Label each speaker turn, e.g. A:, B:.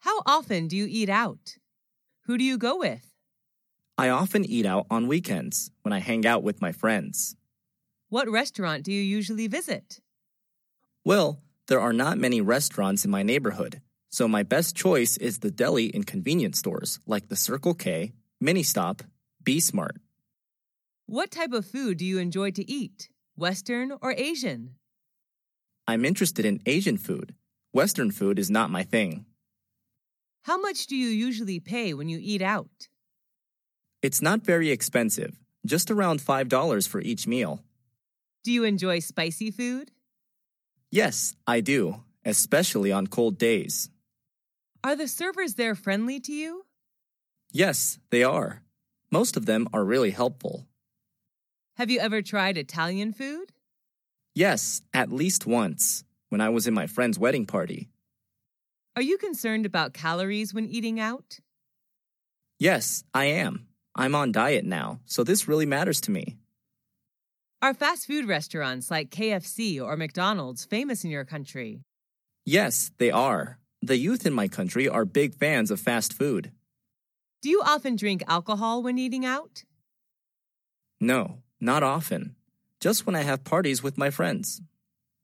A: How often do you eat out? Who do you go with?
B: I often eat out on weekends when I hang out with my friends.
A: What restaurant do you usually visit?
B: Well, there are not many restaurants in my neighborhood, so my best choice is the deli and convenience stores like the Circle K, Mini Stop, Be Smart.
A: What type of food do you enjoy to eat? Western or Asian?
B: I'm interested in Asian food. Western food is not my thing.
A: How much do you usually pay when you eat out?
B: It's not very expensive, just around $5 for each meal.
A: Do you enjoy spicy food?
B: Yes, I do, especially on cold days.
A: Are the servers there friendly to you?
B: Yes, they are. Most of them are really helpful.
A: Have you ever tried Italian food?
B: Yes, at least once, when I was in my friend's wedding party.
A: Are you concerned about calories when eating out?
B: Yes, I am. I'm on diet now, so this really matters to me.
A: Are fast food restaurants like KFC or McDonald's famous in your country?
B: Yes, they are. The youth in my country are big fans of fast food.
A: Do you often drink alcohol when eating out?
B: No, not often. Just when I have parties with my friends.